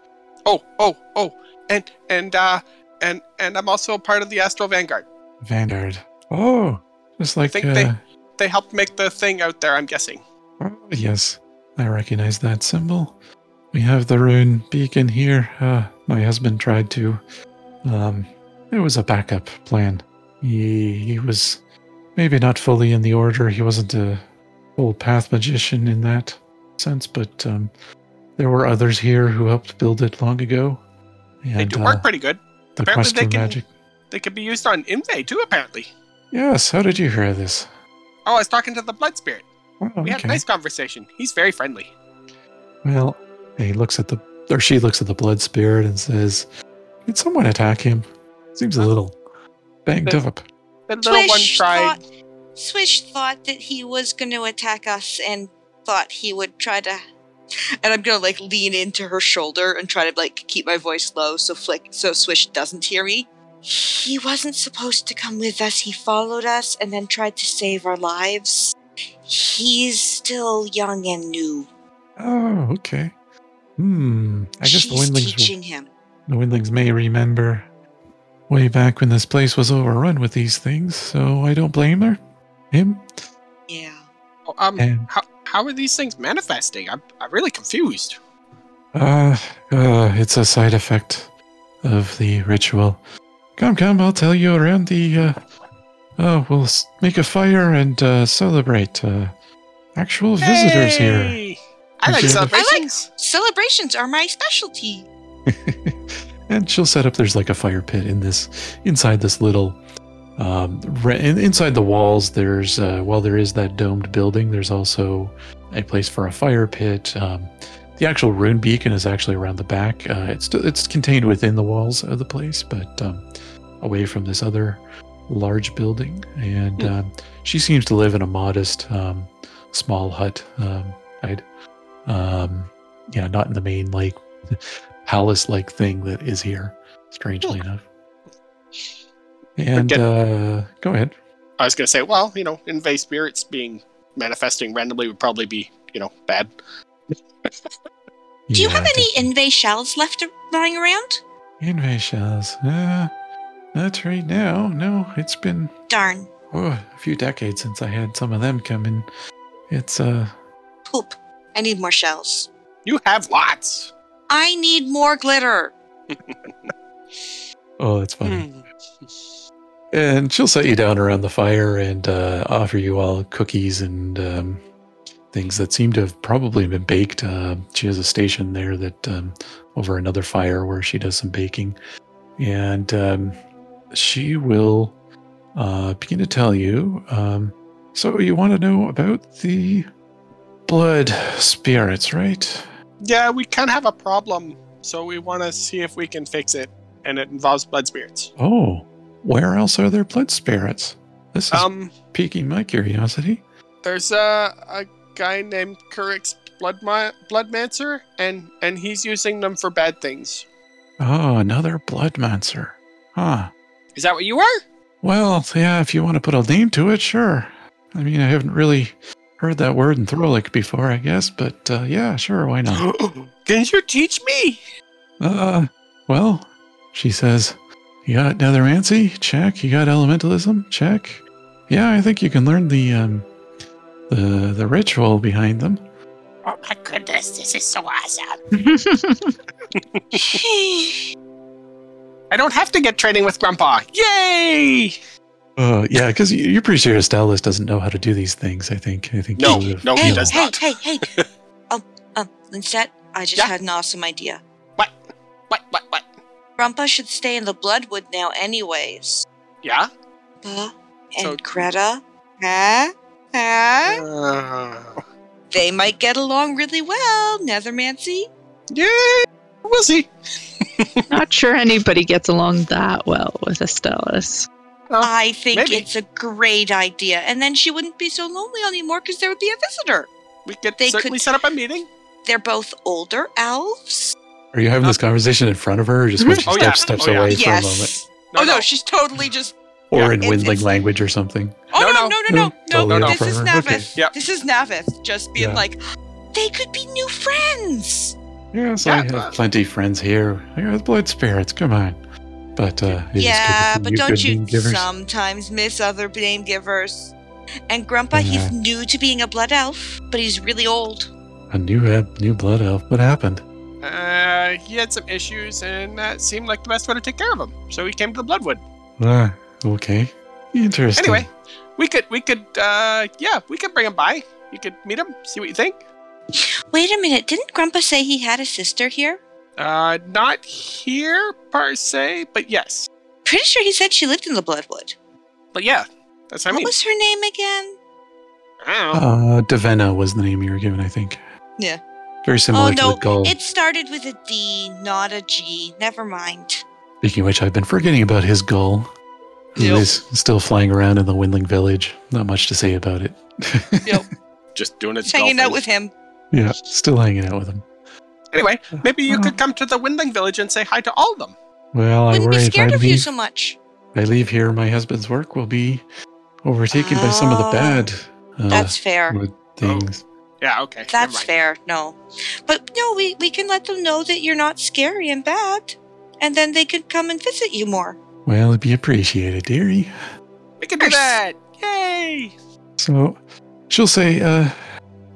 Speaker 2: Oh, oh, oh. And, and, uh, and, and I'm also part of the Astral Vanguard.
Speaker 1: Vanguard. Oh, just like.
Speaker 2: think
Speaker 1: uh,
Speaker 2: they- They helped make the thing out there, I'm guessing.
Speaker 1: Oh, yes, I recognize that symbol. We have the rune beacon here. Uh, my husband tried to. Um, it was a backup plan. He, he was maybe not fully in the order. He wasn't a full path magician in that sense, but um, there were others here who helped build it long ago. And,
Speaker 2: they do
Speaker 1: uh,
Speaker 2: work pretty good.
Speaker 1: the
Speaker 2: apparently
Speaker 1: quest
Speaker 2: they
Speaker 1: for
Speaker 2: can-
Speaker 1: magic.
Speaker 2: They could be used on Inve too, apparently.
Speaker 1: Yes, how did you hear this?
Speaker 2: Oh, I was talking to the Blood Spirit.
Speaker 1: Oh,
Speaker 2: We had a nice conversation. He's very friendly.
Speaker 1: Well, he looks at the, or she looks at the blood spirit and says, "Did someone attack him? Seems
Speaker 5: Oh.
Speaker 1: a little banged
Speaker 2: But-
Speaker 1: up."
Speaker 2: The little one
Speaker 5: Swish
Speaker 2: tried.
Speaker 5: Thought, Swish thought that he was going to attack us and thought he would try to.
Speaker 3: And I'm gonna like lean into her shoulder and try to like keep my voice low so Flick so Swish doesn't hear me.
Speaker 5: He wasn't supposed to come with us. He followed us and then tried to save our lives. He's still young and new.
Speaker 1: Oh, okay. Hmm. I guess
Speaker 5: She's
Speaker 1: the windlings,
Speaker 5: teaching him.
Speaker 1: the windlings may remember way back when this place was overrun with these things, so I don't blame her, him.
Speaker 3: Yeah.
Speaker 2: Oh, um,
Speaker 1: And
Speaker 2: how, how are these things manifesting? I'm, I'm really confused.
Speaker 1: uh, uh, it's a side effect of the ritual. Come, come, I'll tell you around the. Uh, uh, we'll s- make a fire and uh, celebrate. Uh, actual visitors here.
Speaker 2: Hey! I
Speaker 1: Thank
Speaker 2: like
Speaker 1: you.
Speaker 2: celebrations.
Speaker 5: Celebrations are my specialty.
Speaker 1: [LAUGHS] and she'll set up there's like a fire pit in this inside this little um re- in, inside the walls there's uh while there is that domed building there's also a place for a fire pit um the actual rune beacon is actually around the back uh it's it's contained within the walls of the place but um away from this other large building and
Speaker 2: Hmm.
Speaker 1: um, she seems to live in a modest um small hut um I'd, um yeah not in the main like [LAUGHS] palace like thing that is here, strangely
Speaker 5: Hmm.
Speaker 1: enough. And
Speaker 2: Forget-
Speaker 1: uh, go ahead.
Speaker 2: I was going to say, well, you know, Inve spirits being manifesting randomly would probably be, you know, bad.
Speaker 5: Do you have
Speaker 1: Yeah,
Speaker 5: any Inve shells left lying around?
Speaker 1: invade shells? Uh, not right now. No, it's been
Speaker 5: Darn.
Speaker 1: oh, a few decades since I had some of them come in. It's uh,
Speaker 5: Poop. I need more shells.
Speaker 2: You have lots.
Speaker 5: I need more glitter.
Speaker 1: Oh, that's funny. And she'll set you down around the fire and uh, offer you all cookies and um, things that seem to have probably been baked. Uh, she has a station there that um, over another fire where she does some baking. And um, she will uh, begin to tell you. Um, so, you want to know about the blood spirits, right?
Speaker 2: Yeah, we kind of have a problem, so we want to see if we can fix it, and it involves blood spirits.
Speaker 1: Oh, where else are there blood spirits? This is
Speaker 2: Um,
Speaker 1: piquing my curiosity.
Speaker 2: there's a a guy named Kurix Blood Bloodmancer, and and he's using them for bad things.
Speaker 1: Oh, another bloodmancer. Huh.
Speaker 2: Is that what you are?
Speaker 1: Well, yeah, if you want to put a name to it, sure. I mean, I haven't really heard that word in Thorlick before, I guess, but uh, yeah, sure, why not?
Speaker 2: can you teach me?
Speaker 1: Uh, well, she says, you got Nethermancy? Check. You got Elementalism? Check. Yeah, I think you can learn the, um, the, the ritual behind them.
Speaker 6: Oh my goodness, this is so awesome.
Speaker 2: [LAUGHS] I don't have to get training with Grandpa. Yay!
Speaker 1: Uh, yeah, because you're pretty sure Estalis doesn't know how to do these things, I think. I think
Speaker 2: No,
Speaker 1: he would've-
Speaker 2: no, he
Speaker 5: hey,
Speaker 1: yeah.
Speaker 2: does
Speaker 5: hey,
Speaker 2: not.
Speaker 5: hey,
Speaker 2: [LAUGHS]
Speaker 5: hey, Um, um, Linsette, I just
Speaker 2: Yeah?
Speaker 5: had an awesome idea.
Speaker 2: What? What? What?
Speaker 5: Rumpa should stay in the Bloodwood now, anyways.
Speaker 2: Yeah.
Speaker 5: Rumpa and
Speaker 2: So-
Speaker 5: Greta, huh? Huh? They might get along really well, Nethermancy.
Speaker 2: yeah. We'll see.
Speaker 4: Not sure anybody gets along that well with [LAUGHS] Estelis.
Speaker 5: I think
Speaker 2: maybe.
Speaker 5: it's a great idea. And then she wouldn't be so lonely anymore because there would be a visitor.
Speaker 2: We could
Speaker 5: They
Speaker 2: certainly
Speaker 5: could-
Speaker 2: set up a meeting.
Speaker 5: They're both older elves.
Speaker 1: Are you having this conversation in front of her or just when she
Speaker 5: Mm-hmm.
Speaker 2: Oh,
Speaker 1: steps,
Speaker 2: yeah.
Speaker 1: steps
Speaker 2: Oh, yeah.
Speaker 1: away for a moment?
Speaker 5: Yes.
Speaker 2: No,
Speaker 5: oh, no,
Speaker 2: no.
Speaker 5: she's totally just.
Speaker 1: Or in
Speaker 5: It's-
Speaker 1: windling
Speaker 5: it's-
Speaker 1: language or something.
Speaker 5: Oh,
Speaker 2: No,
Speaker 5: no,
Speaker 2: no.
Speaker 5: no, no, no, no.
Speaker 1: totally
Speaker 2: no,
Speaker 1: out
Speaker 5: This
Speaker 1: for
Speaker 5: is
Speaker 1: her.
Speaker 5: Navith.
Speaker 1: Okay.
Speaker 2: Yep.
Speaker 5: This is Navith just being
Speaker 1: Yeah.
Speaker 5: like, they could be new friends.
Speaker 1: Yes,
Speaker 2: Yeah,
Speaker 1: I have
Speaker 2: but-
Speaker 1: plenty of friends here. I got blood spirits, come on. But uh it is good to
Speaker 5: yeah,
Speaker 1: see
Speaker 5: but don't
Speaker 1: good
Speaker 5: you
Speaker 1: name givers.
Speaker 5: sometimes miss other name givers? And Grumpa,
Speaker 1: Uh-huh.
Speaker 5: he's new to being a blood elf, but he's really old.
Speaker 1: a new eb- new blood elf. What happened?
Speaker 2: Uh, he had some issues, and that seemed like the best way to take care of him. So he came to the Bloodwood.
Speaker 1: Ah, okay. Interesting.
Speaker 2: Anyway, we could, we could, uh, yeah, we could bring him by. You could meet him, see what you think.
Speaker 5: Wait a minute, didn't Grumpa say he had a sister here?
Speaker 2: Uh, not here per se, but yes,
Speaker 5: Pretty sure he said she lived in the Bloodwood.
Speaker 2: but yeah, that's what I
Speaker 5: what
Speaker 2: mean.
Speaker 5: was her name again?
Speaker 2: I don't know.
Speaker 1: uh Devena was the name you were given, I think.
Speaker 5: Yeah.
Speaker 1: Very similar
Speaker 5: oh no,
Speaker 1: to the gull.
Speaker 5: it started with a D, not a G. Never mind.
Speaker 1: Speaking of which, I've been forgetting about his gull. Who is
Speaker 2: Yep.
Speaker 1: still flying around in the Windling village. Not much to say about it. [LAUGHS]
Speaker 2: Just doing its
Speaker 5: Just hanging
Speaker 2: golfing.
Speaker 5: out with him.
Speaker 1: yeah, still hanging out with him.
Speaker 2: Anyway, maybe you
Speaker 1: Uh.
Speaker 2: could come to the Windling Village and say hi to all of them.
Speaker 1: Well, I
Speaker 5: Wouldn't
Speaker 1: worry
Speaker 5: be
Speaker 1: if I
Speaker 5: scared of you
Speaker 1: leave
Speaker 5: so much.
Speaker 1: If I leave here, my husband's work will be overtaken by some of the
Speaker 5: Ah,
Speaker 1: bad uh,
Speaker 5: That's fair.
Speaker 1: wood things.
Speaker 2: Yeah, okay. never
Speaker 5: That's
Speaker 2: mind.
Speaker 5: fair. No, but no, we we can let them know that you're not scary and bad, and then they could come and visit you more.
Speaker 1: Well, it'd be appreciated, dearie.
Speaker 2: We can do
Speaker 5: Yes.
Speaker 2: that. Yay!
Speaker 1: So she'll say, uh,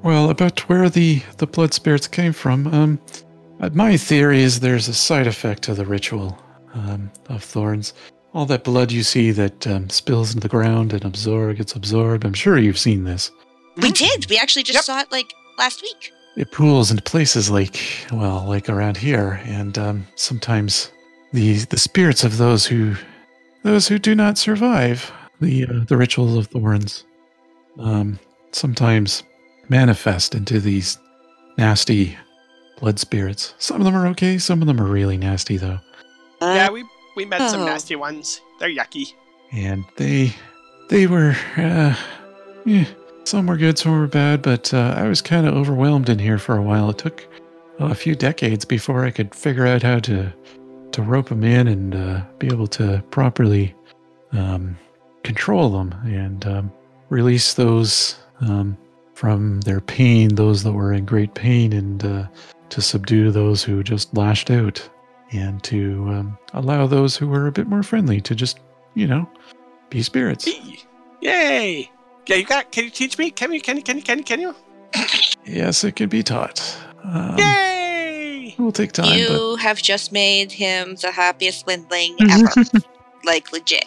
Speaker 1: well, about where the, the blood spirits came from. Um, uh, my theory is there's a side effect to the ritual um, of thorns. All that blood you see that um, spills into the ground and absorb gets absorbed. I'm sure you've seen this. Mm-hmm.
Speaker 5: We
Speaker 2: Mm-hmm.
Speaker 5: did. We actually just
Speaker 2: Yep.
Speaker 5: saw it like last week.
Speaker 1: it pools in places like well like around here and um, sometimes the the spirits of those who those who do not survive the uh, the rituals of thorns um, sometimes manifest into these nasty blood spirits some of them are okay some of them are really nasty though
Speaker 2: Yeah, we we met some
Speaker 5: Oh.
Speaker 2: nasty ones. They're yucky.
Speaker 1: and they they were uh, eh, some were good some were bad but uh, i was kind of overwhelmed in here for a while it took uh, a few decades before i could figure out how to to rope them in and uh, be able to properly um, control them and um, release those um, from their pain those that were in great pain and uh, to subdue those who just lashed out and to um, allow those who were a bit more friendly to just you know, be spirits.
Speaker 2: Yee. Yay! Yeah, you got. Can you teach me? Can you? Can you? Can you? Can you? Can you?
Speaker 1: Yes, it can be taught. Um,
Speaker 2: Yay!
Speaker 1: It will take time, but Mm-hmm.
Speaker 3: you have just made him the happiest windling ever.
Speaker 1: [LAUGHS]
Speaker 3: like legit.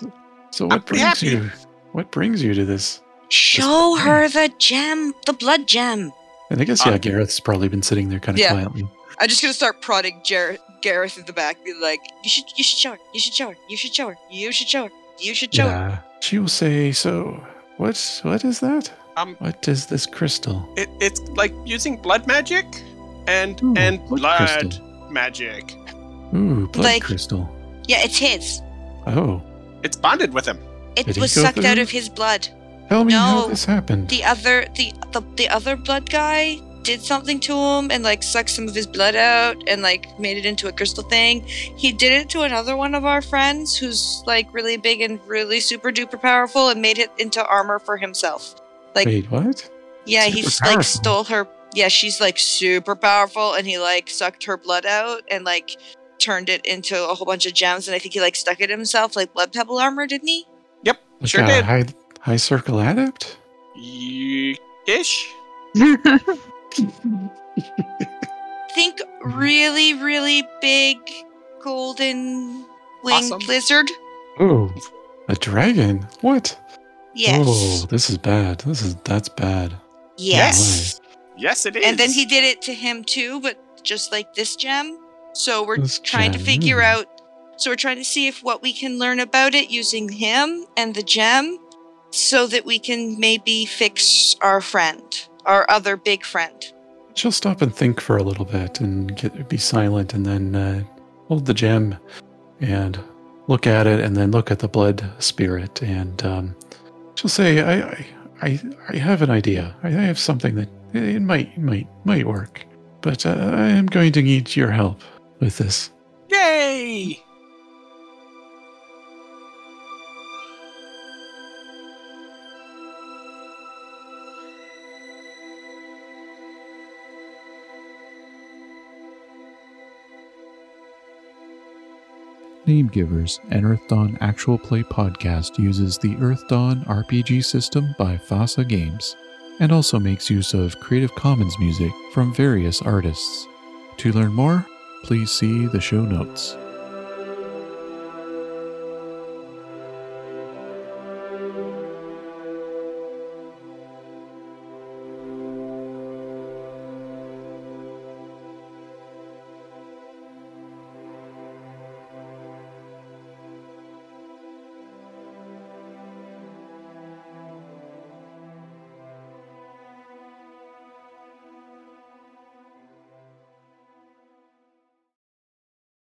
Speaker 1: so what
Speaker 2: I'm
Speaker 1: brings
Speaker 2: happy.
Speaker 1: you? What brings you to this?
Speaker 3: Show her the gem, the blood gem.
Speaker 1: And I guess
Speaker 2: Um,
Speaker 1: yeah, Gareth's probably been sitting there kind of
Speaker 5: Yeah.
Speaker 1: quietly.
Speaker 5: I'm just gonna start prodding Jar- Gareth in the back, be like,
Speaker 3: You should, you should show her. You should show her. You should show her. You should show her.
Speaker 5: "You should show." her."
Speaker 1: Yeah. She will say, "So, what? What is that?
Speaker 2: Um,
Speaker 1: What is this crystal?"
Speaker 2: It, it's like using blood magic and
Speaker 1: Ooh,
Speaker 2: and
Speaker 1: blood
Speaker 2: blood
Speaker 1: crystal.
Speaker 2: magic.
Speaker 1: Ooh, blood
Speaker 3: Like-
Speaker 1: crystal.
Speaker 3: Yeah, it's his.
Speaker 1: Oh,
Speaker 2: It's bonded with him.
Speaker 3: It
Speaker 1: Did he
Speaker 3: was
Speaker 1: go
Speaker 3: sucked out
Speaker 1: through?
Speaker 3: of his blood.
Speaker 1: tell me how
Speaker 3: No,
Speaker 1: this happened.
Speaker 3: The other, the, the the other blood guy did something to him and like sucked some of his blood out and like made it into a crystal thing. He did it to another one of our friends who's like really big and really super duper powerful and made it into armor for himself. Like
Speaker 1: Wait, what?
Speaker 3: Yeah, he
Speaker 1: Super
Speaker 3: s- like
Speaker 1: powerful.
Speaker 3: stole her. Yeah, she's like super powerful, and he like sucked her blood out and like turned it into a whole bunch of gems. And I think he like stuck it himself, like blood pebble armor, didn't he?
Speaker 1: Like
Speaker 2: Sure
Speaker 1: a
Speaker 2: did.
Speaker 1: High, high circle adept.
Speaker 2: Ye- Ish.
Speaker 3: Think
Speaker 1: Mm-hmm.
Speaker 3: really, really big golden winged
Speaker 2: Awesome.
Speaker 3: lizard.
Speaker 1: Oh, a dragon. What?
Speaker 3: Yes.
Speaker 1: Oh, this is bad. This is that's bad.
Speaker 3: Yes.
Speaker 2: Yes. Yes, it is.
Speaker 3: And then he did it to him too, but just like this gem. So we're
Speaker 1: This
Speaker 3: trying to
Speaker 1: gem,
Speaker 3: figure
Speaker 1: hmm.
Speaker 3: out. So we're trying to see if what we can learn about it using him and the gem, so that we can maybe fix our friend, our other big friend.
Speaker 1: She'll stop and think for a little bit and get, be silent, and then uh, hold the gem and look at it, and then look at the blood spirit, and um, she'll say, "I, I, I, I have an idea. I, I have something that it, it might, might, might work, but uh, I am going to need your help with this."
Speaker 2: Yay!
Speaker 7: Name Givers, an Earth Dawn actual play podcast, uses the Earth Dawn RPG system by FASA Games and also makes use of Creative Commons music from various artists. To learn more, please see the show notes.